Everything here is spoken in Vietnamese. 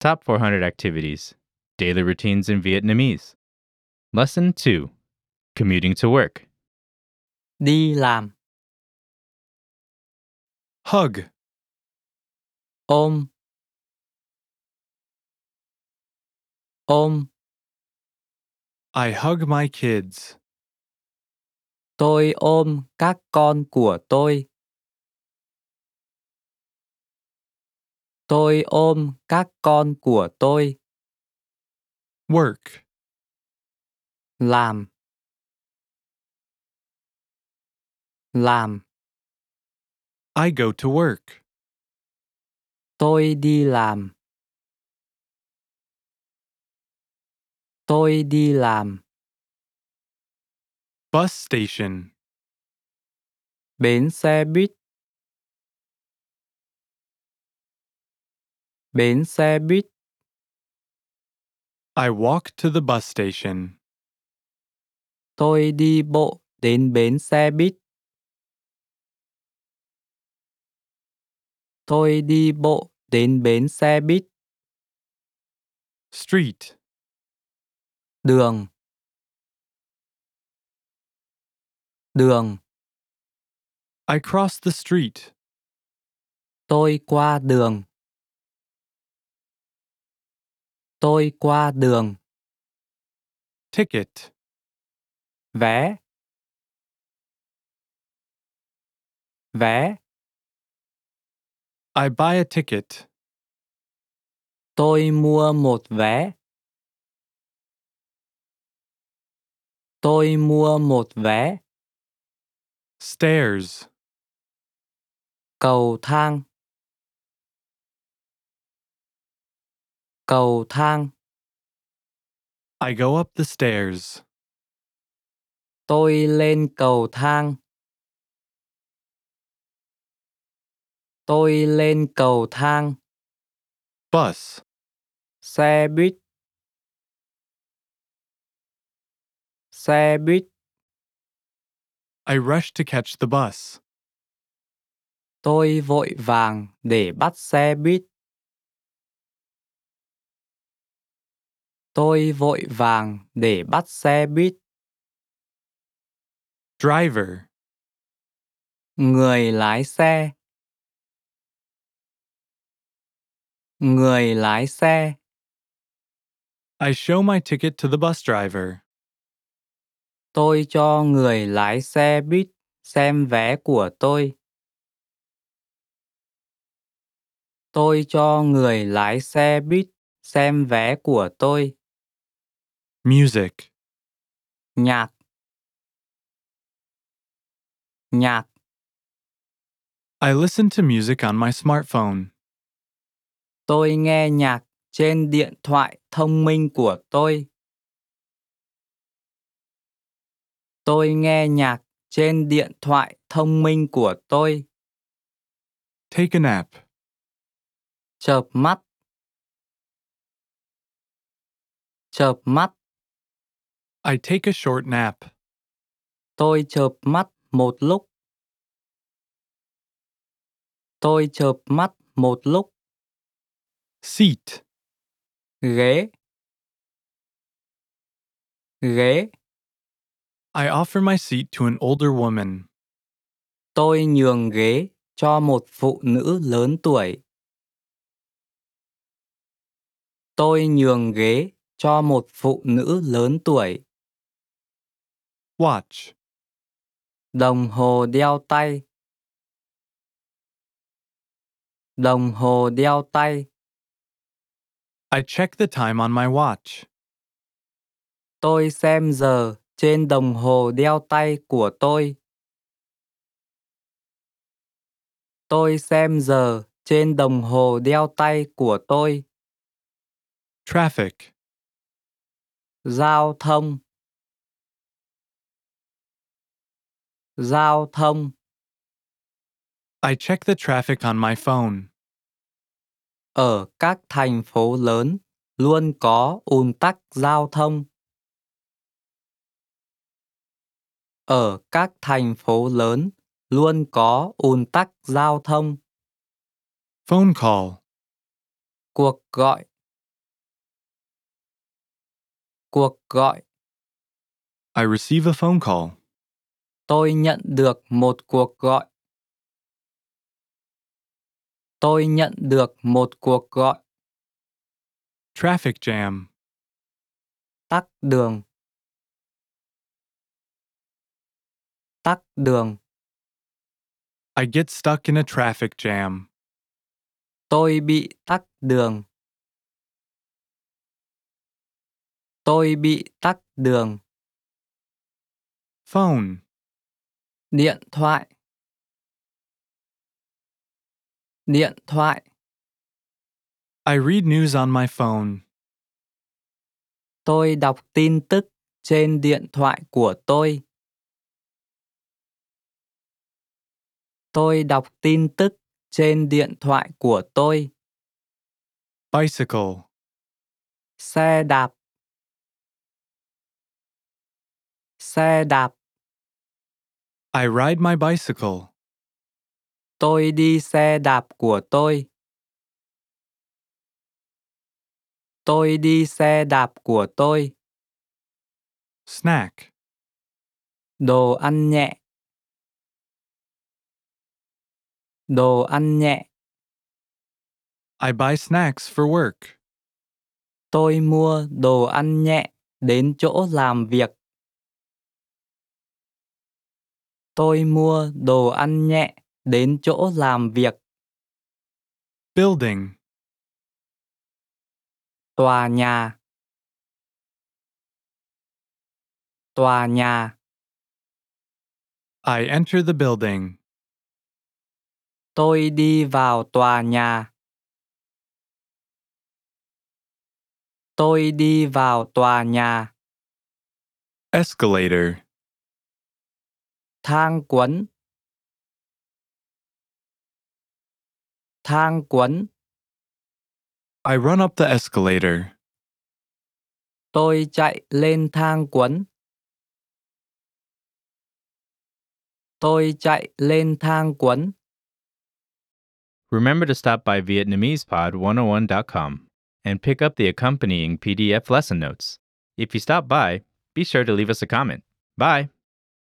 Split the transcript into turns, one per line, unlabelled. Top 400 activities Daily routines in Vietnamese. Lesson 2 Commuting to work.
đi làm,
Hug.
ôm. Ôm,
I hug my kids.
tôi ôm các con của tôi. Tôi ôm các con của tôi,
Work.
làm. Làm,
I go to work.
tôi đi làm. Tôi đi làm.
Bus station.
Bến xe buýt. Bến xe buýt,
I walk to the bus station.
tôi đi bộ đến bến xe buýt. Tôi đi bộ đến bến xe buýt,
Street.
đường. Đường,
I cross the street.
tôi qua đường. Tôi qua đường.
Ticket.
vé vé
I buy a ticket.
tôi mua một vé tôi mua một vé
Stairs.
cầu thang cầu thang
I go up the stairs.
tôi lên cầu thang tôi lên cầu thang
Bus.
xe buýt xe buýt
I rush to catch the bus.
Tôi vội vàng để bắt xe buýt. Tôi vội vàng để bắt xe buýt.
Driver.
Người lái xe. Người lái xe.
I show my ticket to the bus driver.
Tôi cho người lái xe buýt xem vé của tôi. Tôi cho người lái xe buýt xem vé của tôi.
Music.
nhạc nhạc
I listen to music on my smartphone.
tôi nghe nhạc trên điện thoại thông minh của tôi tôi nghe nhạc trên điện thoại thông minh của tôi
Take a nap.
chợp mắt chợp mắt
I take a short nap.
tôi chợp mắt một lúc tôi chợp mắt một lúc
Seat.
ghế ghế
I offer my seat to an older woman.
tôi nhường ghế cho một phụ nữ lớn tuổi tôi nhường ghế cho một phụ nữ lớn tuổi
Watch.
đồng hồ đeo tay đồng hồ đeo tay
I check the time on my watch.
tôi xem giờ trên đồng hồ đeo tay của tôi tôi xem giờ trên đồng hồ đeo tay của tôi
Traffic.
giao thông giao thông
I check the traffic on my phone.
ở các thành phố lớn luôn có ùn tắc giao thông ở các thành phố lớn luôn có ùn tắc giao thông
Phone call.
cuộc gọi cuộc gọi
I receive a phone call.
tôi nhận được một cuộc gọi tôi nhận được một cuộc gọi
Traffic jam.
tắc đường tắc đường
I get stuck in a traffic jam.
tôi bị tắc đường tôi bị tắc đường
Phone.
điện thoại điện thoại
I read news on my phone.
tôi đọc tin tức trên điện thoại của tôi tôi đọc tin tức trên điện thoại của tôi
Bicycle.
xe đạp xe đạp
I ride my bicycle.
tôi đi xe đạp của tôi tôi đi xe đạp của tôi
Snack.
đồ ăn nhẹ đồ ăn nhẹ
I buy snacks for work.
tôi mua đồ ăn nhẹ đến chỗ làm việc tôi mua đồ ăn nhẹ đến chỗ làm việc
Building.
tòa nhà tòa nhà
I enter the building.
tôi đi vào tòa nhà tôi đi vào tòa nhà
Escalator.
thang quấn thang quấn
I run up the escalator.
tôi chạy lên thang quấn tôi chạy lên thang quấn
Remember to stop by VietnamesePod101.com and pick up the accompanying PDF lesson notes. If you stop by, be sure to leave us a comment. Bye!